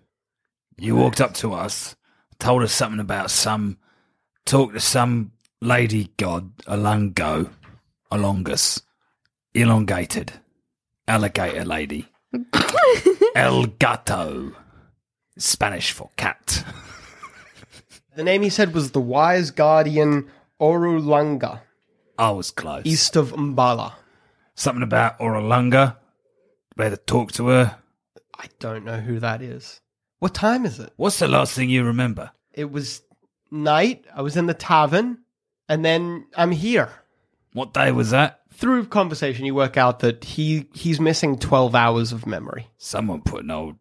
You walked up to us, told us something about some talk to some lady god, Alungo, Alongus, elongated, alligator lady. El gato, Spanish for cat. The name he said was the Wise Guardian Orulanga, I was close. east of Mbala. Something about Orolunga. Better talk to her. I don't know who that is. What time is it? What's the last thing you remember? It was night. I was in the tavern, and then I'm here. What day was that? Through conversation, you work out that he he's missing twelve hours of memory. Someone put an old.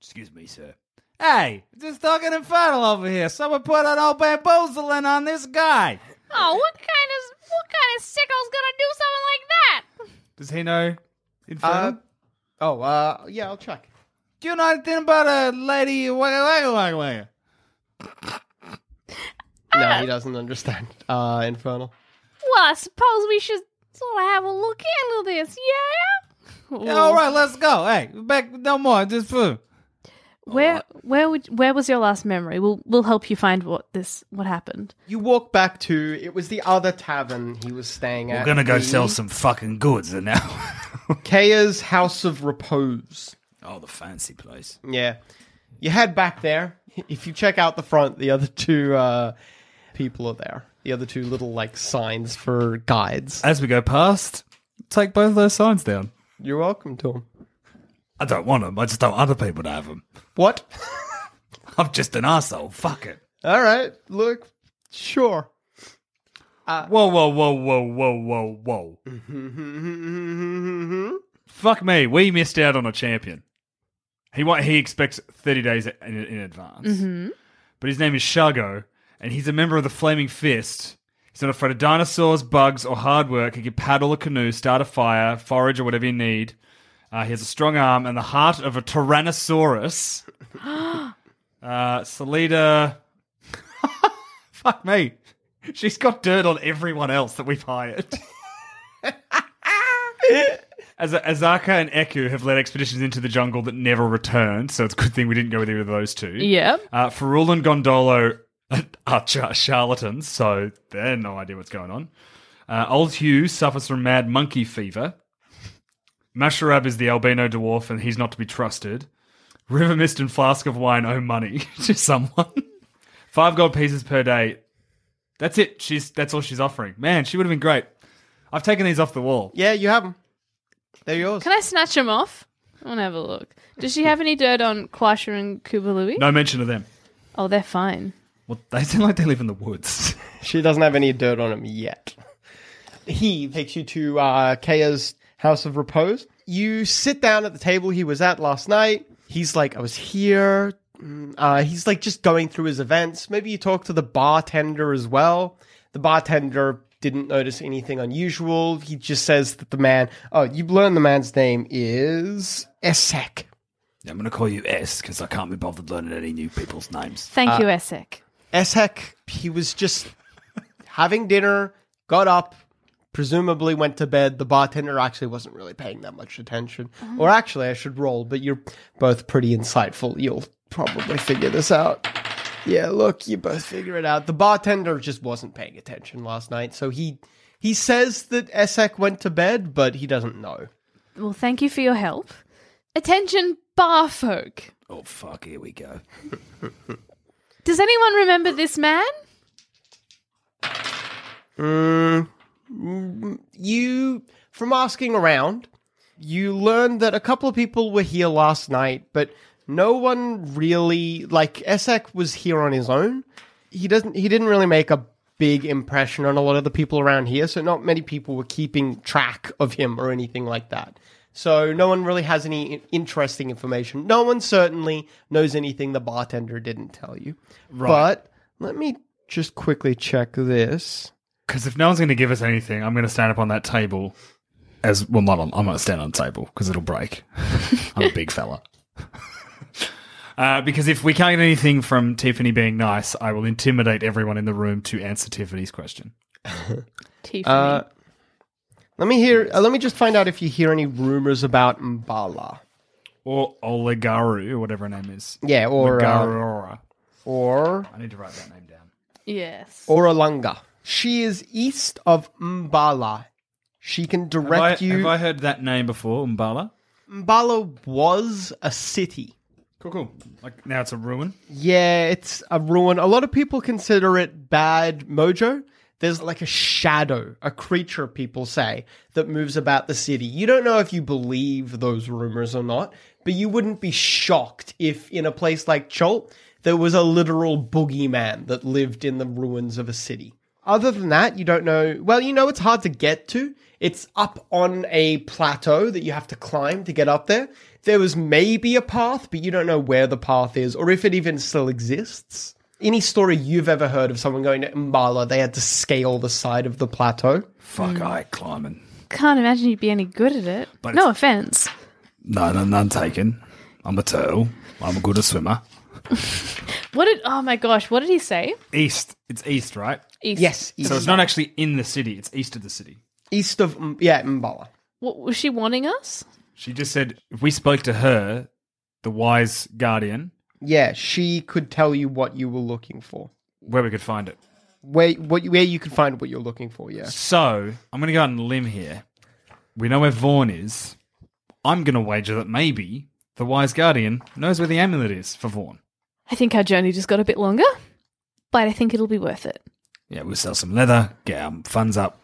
Excuse me, sir. Hey, just talking infernal over here. Someone put an old bamboozling on this guy. Oh, what kind of what kind of sicko's gonna do something like that? Does he know? Uh, oh, uh, yeah, I'll check. Do you know anything about a lady? Wagga wagga wagga wagga. No, he doesn't understand. Uh, infernal. Well, I suppose we should sort of have a look into this, yeah. Yeah, all right, let's go. Hey, back no more. Just food. Where where would where was your last memory? We'll we'll help you find what this what happened. You walk back to it was the other tavern he was staying at. We're gonna go the sell some fucking goods and now. [laughs] Kaya's House of Repose. oh, the fancy place. Yeah. You head back there. If you check out the front, the other two uh, people are there. The other two little like signs for guides. As we go past, take both of those signs down. You're welcome to them. I don't want them. I just don't want other people to have them. What? I'm just an asshole. Fuck it. All right. Look, sure. whoa, whoa, whoa, whoa, whoa, whoa, whoa. Mm-hmm. Fuck me. We missed out on a champion. He wa- he expects 30 days in, in advance. Mhm. But his name is Shago, and he's a member of the Flaming Fist. He's not afraid of dinosaurs, bugs, or hard work. He can paddle a canoe, start a fire, forage, or whatever you need. Uh, he has a strong arm and the heart of a Tyrannosaurus. Uh, Salida. [laughs] Fuck me. She's got dirt on everyone else that we've hired. As- Azaka and Eku have led expeditions into the jungle that never returned, so it's a good thing we didn't go with either of those two. Yep. Uh, Ferul and Gondolo [laughs] are char- charlatans, so they have no idea what's going on. Uh, Old Hugh suffers from mad monkey fever. Masharab is the albino dwarf, and he's not to be trusted. River Mist and Flask of Wine owe money [laughs] to someone. Five gold pieces per day. That's it. She's that's all she's offering. Man, she would have been great. I've taken these off the wall. [laughs] Yeah, you have them. They're yours. Can I snatch him off? I want to have a look. Does she have any dirt on Quasha and Kubalui? No mention of them. Oh, they're fine. Well, they seem like they live in [laughs] the woods. She doesn't have any dirt on him yet. He takes you to uh, Kaya's House of Repose. You sit down at the table he was at last night. He's like, I was here. Mm, Uh, he's like just going through his events. Maybe you talk to the bartender as well. The bartender didn't notice anything unusual. He just says that the man, oh, you learn the man's name is Esek. I'm going to call you S because I can't be bothered learning any new people's names. Thank you, S. Essek. Esek, he was just having dinner, got up, presumably went to bed. The bartender actually wasn't really paying that much attention. Or actually, I should roll, but you're both pretty insightful. You'll probably figure this out. Yeah, look, you both figure it out. The bartender just wasn't paying attention last night, so he he says that Esek went to bed, but he doesn't know. Well, thank you for your help. Attention, bar folk. Oh, fuck, here we go. Does anyone remember this man? Mm, mm, you, from asking around, you learned that a couple of people were here last night, but no one really like Esek was here on his own. He doesn't. He didn't really make a big impression on a lot of the people around here, so not many people were keeping track of him or anything like that. So no one really has any in- interesting information. No one certainly knows anything the bartender didn't tell you. Right. But let me just quickly check this. Because if no one's going to give us anything, I'm going to stand up on that table. As well, not on. I'm not stand on the table because [laughs] it'll break. I'm a big fella. uh, because if we can't get anything from Tiffany being nice, I will intimidate everyone in the room to answer Tiffany's question. Tiffany. Uh, let me hear. Uh, let me just find out if you hear any rumors about Mbala. Or Olegaru, or whatever her name is. Yeah, or, uh, Legarora. Or I need to write that name down. Yes. Oralunga. She is east of Mbala. She can direct have I, you. Have I heard that name before, Mbala? Mbala was a city. Cool, cool. Like now it's a ruin. Yeah, it's a ruin. A lot of people consider it bad mojo. There's like a shadow, a creature, people say, that moves about the city. You don't know if you believe those rumors or not, but you wouldn't be shocked if in a place like Cholt, there was a literal boogeyman that lived in the ruins of a city. Other than that, you don't know. Well, you know, it's hard to get to. It's up on a plateau that you have to climb to get up there. There was maybe a path, but you don't know where the path is or if it even still exists. Any story you've ever heard of someone going to Mbala, they had to scale the side of the plateau. Fuck, I ain't climbing. Can't imagine you'd be any good at it. But no offense. No, no, none taken. I'm a turtle. I'm a good swimmer. What did? Oh my gosh! What did he say? East. It's east, right? East. Yes, So east. it's not actually in the city. It's east of the city. East of M- yeah, Mbala. What was she wanting us? She just said if we spoke to her, the wise guardian, Yeah, she could tell you what you were looking for. where we could find it. Where what where you could find what you're looking for, yeah. So I'm going to go on a limb here. We know where Vaughn is. I'm going to wager that maybe the wise guardian knows where the amulet is for Vaughn. I think our journey just got a bit longer, but I think it'll be worth it. Yeah, we'll sell some leather, get our funds up.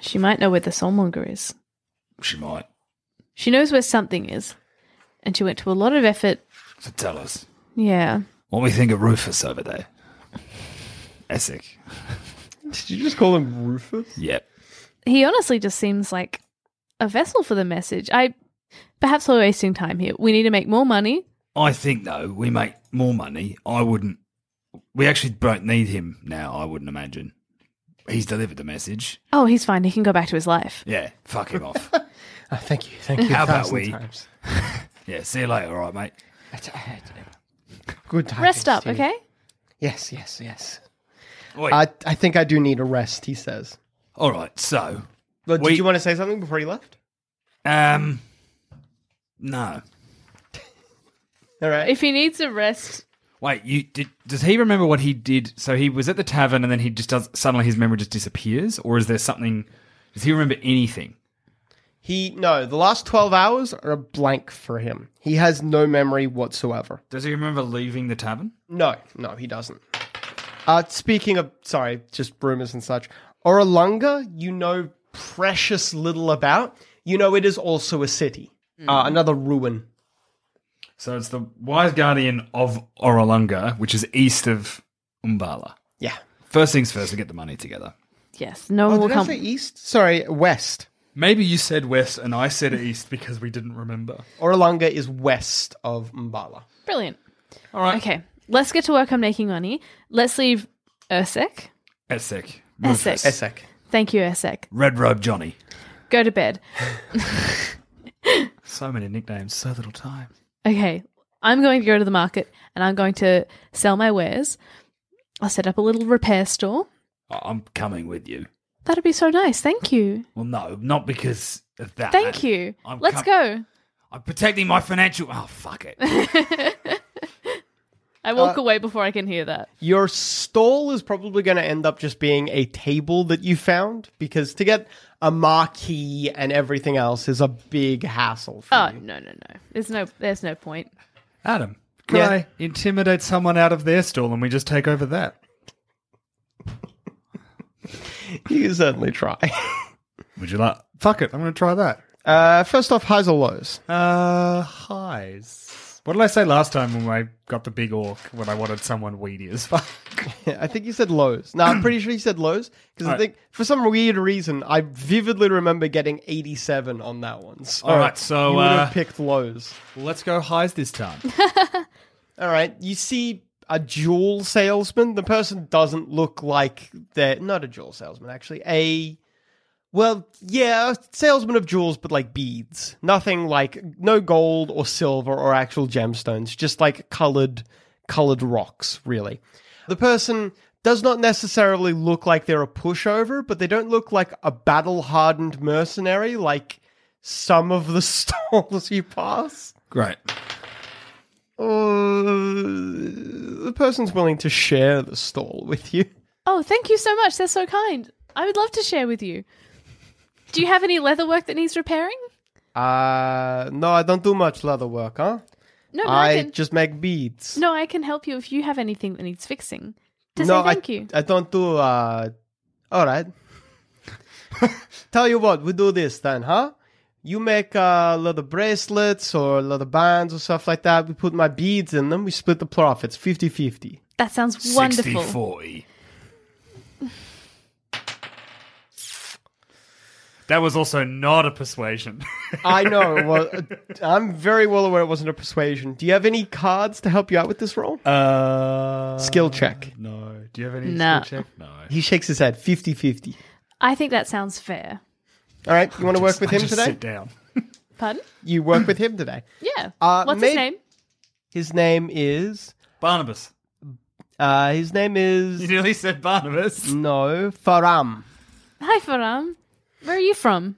She might know where the soulmonger is. She might. She knows where something is, and she went to a lot of effort. So tell us. Yeah. What we think of Rufus over there? Essex. Did you just call him Rufus? Yep. He honestly just seems like a vessel for the message. I perhaps we're wasting time here. We need to make more money. I think though we make more money. I wouldn't. We actually don't need him now. I wouldn't imagine. He's delivered the message. Oh, he's fine. He can go back to his life. Yeah, fuck him off. Oh, thank you, thank you a How about thousand we? times. yeah, see you later. All right, mate. Good tidings Rest up, to you. okay? Yes, yes, yes. Oi. I I think I do need a rest, he says. All right. So, Well, did you want to say something before he left? um, no. All right. If he needs a rest, Wait, you did, does he remember what he did? So he was at the tavern, and then he just does suddenly his memory just disappears, or is there something? Does he remember anything? He no, the last 12 hours are a blank for him. He has no memory whatsoever. Does he remember leaving the tavern? No, no, he doesn't. Uh, speaking of, sorry, just rumors and such. Oralunga, you know precious little about. You know it is also a city, uh, another ruin. So it's the wise guardian of Orolunga, which is east of Umbala. Yeah. First things first, we get the money together. yes, no one oh, will did I come. say east? Sorry, west. Maybe you said west and I said east because we didn't remember. Oralunga is west of Mbala. Brilliant. All right. Okay, let's get to work on making money. Let's leave Ursek. Essek. Essek. Rufus. Essek. Thank you, Ursek. Red robe Johnny. Go to bed. So many nicknames, so little time. Okay, I'm going to go to the market and I'm going to sell my wares. I'll set up a little repair store. I- I'm coming with you. That'd be so nice. Thank you. Well, no, not because of that. Thank you. I'm let's com- go. [laughs] I'm protecting my financial. Oh, fuck it. I walk Uh, away before I can hear that. Your stall is probably going to end up just being a table that you found because to get a marquee and everything else is a big hassle. For Oh no no no! There's no there's no point. Adam, could Yeah. I intimidate someone out of their stall and we just take over that? you [laughs] can certainly try. Would you like? Fuck it, I'm going to try that. uh, first off, highs or lows? [laughs] Uh, highs. What did I say last time when I got the big orc when I wanted someone weedy as [laughs] fuck? I think you said lows. No, I'm pretty sure you said lows because I Alright. think for some weird reason I vividly remember getting 87 on that one. So Alright, so, you would have uh, picked lows. Let's go highs this [laughs] time. All right, you see a jewel salesman. The person doesn't look like they're not a jewel salesman actually. A well, yeah, salesman of jewels, but like beads. Nothing like no gold or silver or actual gemstones. Just like colored colored rocks, really. The person does not necessarily look like they're a pushover, but they don't look like a battle hardened mercenary like some of the [laughs] stalls you pass. Great. Uh, the person's willing to share the stall with you. Oh, thank you so much. They're so kind. I would love to share with you. Do you have any leather work that needs repairing? Uh, no, I don't do much leather work, huh? No, but I I can- just make beads. No, I can help you if you have anything that needs fixing. To no, say thank I, you. I don't do. Uh, all right. [laughs] Tell you what, we do this then, huh? You make uh, leather bracelets or leather bands or stuff like that. We put my beads in them. We split the profits 50 50. That sounds wonderful. 40. That was also not a [laughs] persuasion. [laughs] I know. Well, uh, I'm very well aware it wasn't a persuasion. Do you have any cards to help you out with this roll? Uh, skill check. No. Do you have any No. skill check? No. He shakes his head 50 50. I think that sounds fair. All right, you want to work with [laughs] I him just today? sit down. Pardon? You work with him today. Yeah. Uh, What's his may- name? His name is Barnabas. [laughs] Uh, his name is. You nearly said Barnabas. No, Faram. Hi, Faram. Where are you from?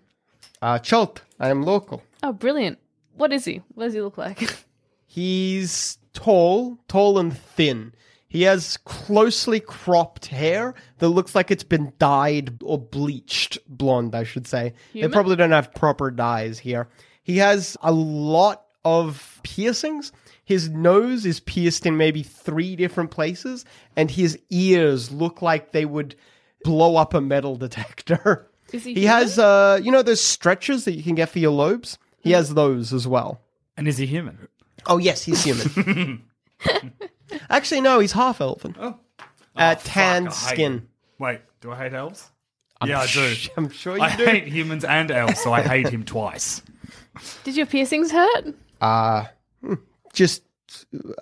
Uh, Cholt. I am local. Oh, brilliant. What is he? What does he look like? [laughs] He's tall, tall and thin. He has closely cropped hair that looks like it's been dyed or bleached blonde, I should say. Human? They probably don't have proper dyes here. He has a lot of piercings. His nose is pierced in maybe three different places, and his ears look like they would blow up a metal [laughs] detector. Is he he has, uh, you know, those stretchers that you can get for your lobes? He Hmm. has those as well. And is he human? Oh yes, he's human. [laughs] Actually, no, he's half elven. Oh, uh, I tan hate skin. them. Wait, do I hate elves? I'm yeah, I [laughs] do. sh- I'm sure you I do. hate humans and elves, so I hate him [laughs] twice. Did your piercings hurt? Uh hmm, just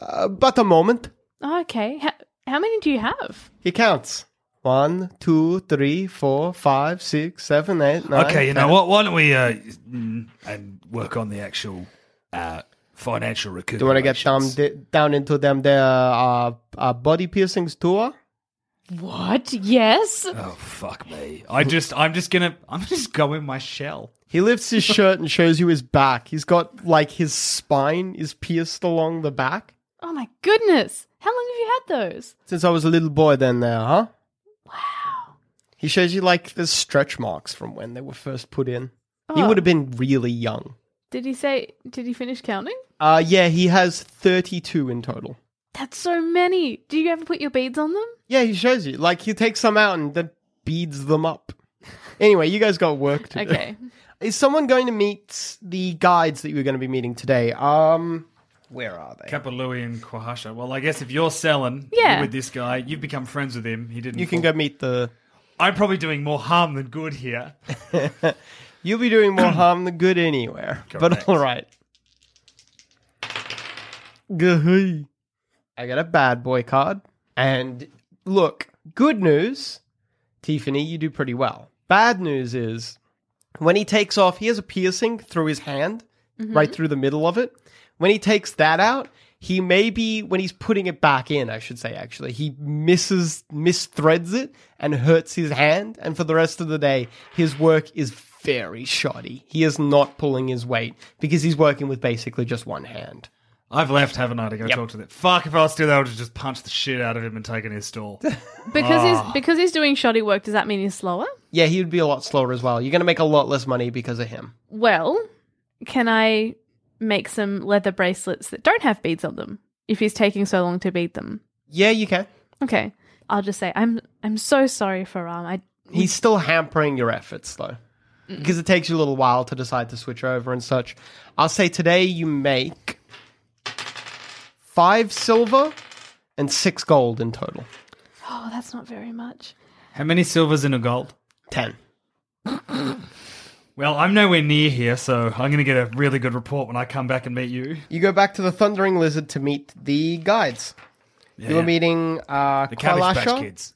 uh, but a moment. Oh, okay. How, how many do you have? He counts. One, two, three, four, five, six, seven, eight, nine. okay, you know ten. what? Why don't we uh, mm, and work on the actual uh, financial recoup? Do you want to get down, di- down into them there uh, uh, body piercings tour? What? Yes. Oh fuck me! I just, I'm just gonna, I'm just go in my shell. He lifts his shirt and shows you his back. He's got like his spine is pierced along the back. Oh my goodness. How long have you had those? Since I was a little boy then there, huh? Wow. He shows you like the stretch marks from when they were first put in. He Oh. would have been really young. Did he say, did he finish counting? Uh yeah, he has 32 in total. That's so many. Do you ever put your beads on [laughs] them? Yeah, he shows you. Like he takes some out and then beads [laughs] them up. Anyway, you guys got work to do. Okay. Is someone going to meet the guides that you were going to be meeting today? Um where are they? Kapalui and Quahasha. Well, I guess if you're selling Yeah. with this guy, you've become friends with him. He didn't. You can fall- go meet the I'm probably doing more harm than good here. You'll be doing more harm than good anywhere. But Correct. all right. Gahoy. I got a bad boy card. And look, good news, Tiffany, you do pretty well. Bad news is when he takes off, he has a piercing through his hand, right through the middle of it. When he takes that out, he maybe when he's putting it back in, I should say actually, he misses misthreads it and hurts his hand, and for the rest of the day, his work is very shoddy. He is not pulling his weight because he's working with basically just one hand. I've left, haven't I, to go Yep. talk to them. Fuck, if I was still there, I would have just punched the shit out of him and taken [laughs] his stall. Because Ah. he's because he's doing shoddy work, does that mean he's slower? Yeah, he would be a lot slower as well. You're going to make a lot less money because of him. Well, can I make some leather bracelets that don't have beads on them if he's taking so long to bead them? Yeah, you can. Okay. I'll just say I'm I'm so sorry for um I He's still hampering your efforts though. Because it takes you a little while to decide to switch over and such. I'll say today you make five silver and six gold in total. Oh, that's not very much. How many silvers in a gold? Ten. Well, I'm nowhere near here, so I'm going to get a really good report when I come back and meet you. You go back to the Thundering Lizard to meet the guides. you were Yeah. meeting uh, The Cabbage Patch Qualasha- Kids.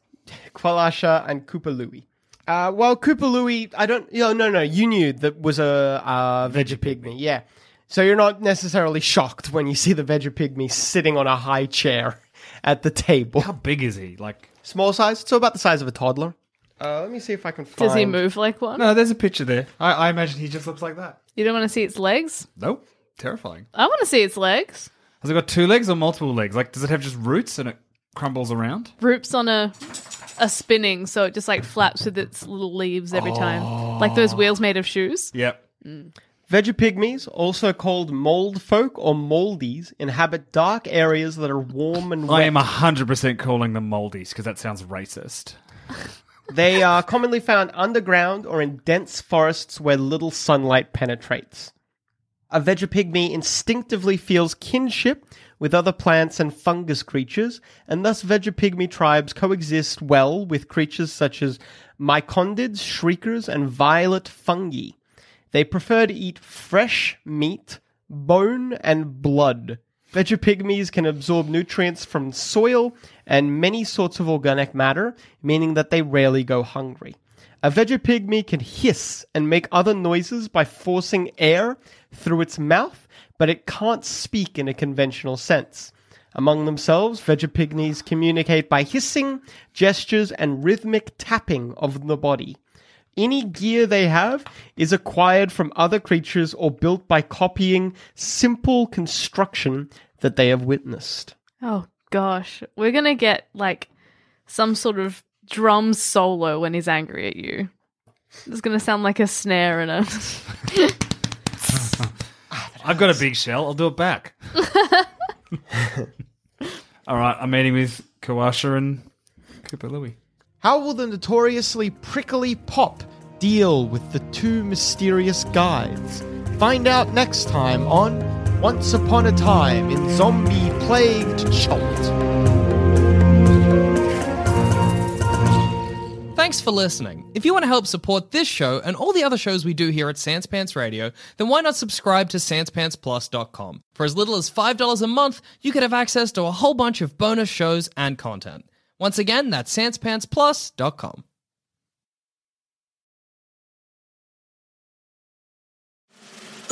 Qualasha and Koopa Louie. Uh, well, Koopa Louie, I don't. You know, no, no, you knew that was a uh, veggie pygmy. Yeah. So you're not necessarily shocked when you see the veggie pygmy sitting on a high chair at the table. How big is he? Like small size? So about the size of a toddler. Uh, let me see if I can find. Does he move like one? No, Uh, there's a picture there. I, I imagine he just looks like that. You don't want to see its legs? Nope. Terrifying. I want to see its legs. Has it got two legs or multiple legs? Like, does it have just roots and it crumbles around? Roops on a a spinning, so it Ah. just like flaps with its little leaves every time, like those wheels made of shoes. Yep. Vegapygmies, also called mold folk or moldies, inhabit dark areas that are warm and wet. I am 100% calling them moldies because that sounds racist. They are commonly found underground or in dense forests where little sunlight penetrates. A vegapygmy instinctively feels kinship with other plants and fungus creatures, and thus vegapygmy tribes coexist well with creatures such as mycondids, shriekers, and violet fungi. They prefer to eat fresh meat, bone, and blood. Vegapygmies can absorb nutrients from soil and many sorts of organic matter, meaning that they rarely go hungry. A vegapygmy can hiss and make other noises by forcing air through its mouth, but it can't speak in a conventional sense. Among themselves, vegapygmies communicate by hissing, gestures, and rhythmic tapping of the body. Any gear they have is acquired from other creatures or built by copying simple construction that they have witnessed. Oh gosh, we're gonna get like some sort of drum solo when he's angry at you. It's gonna sound like a snare and a. I've got a big shell. I'll do it back. [laughs] All right, I'm meeting with Kawasha and Cooper Louie. How will the notoriously prickly pop deal with the two mysterious guides? Find out next time on Once Upon a Time in Zombie Plagued Chult. Thanks for listening. If you want to help support this show and all the other shows we do here at Sans Pants Radio, then why not subscribe to SansPantsPlus.com? For as little as $5 a month, you could have access to a whole bunch of bonus shows and content. Once again, that's SansPantsPlus.com.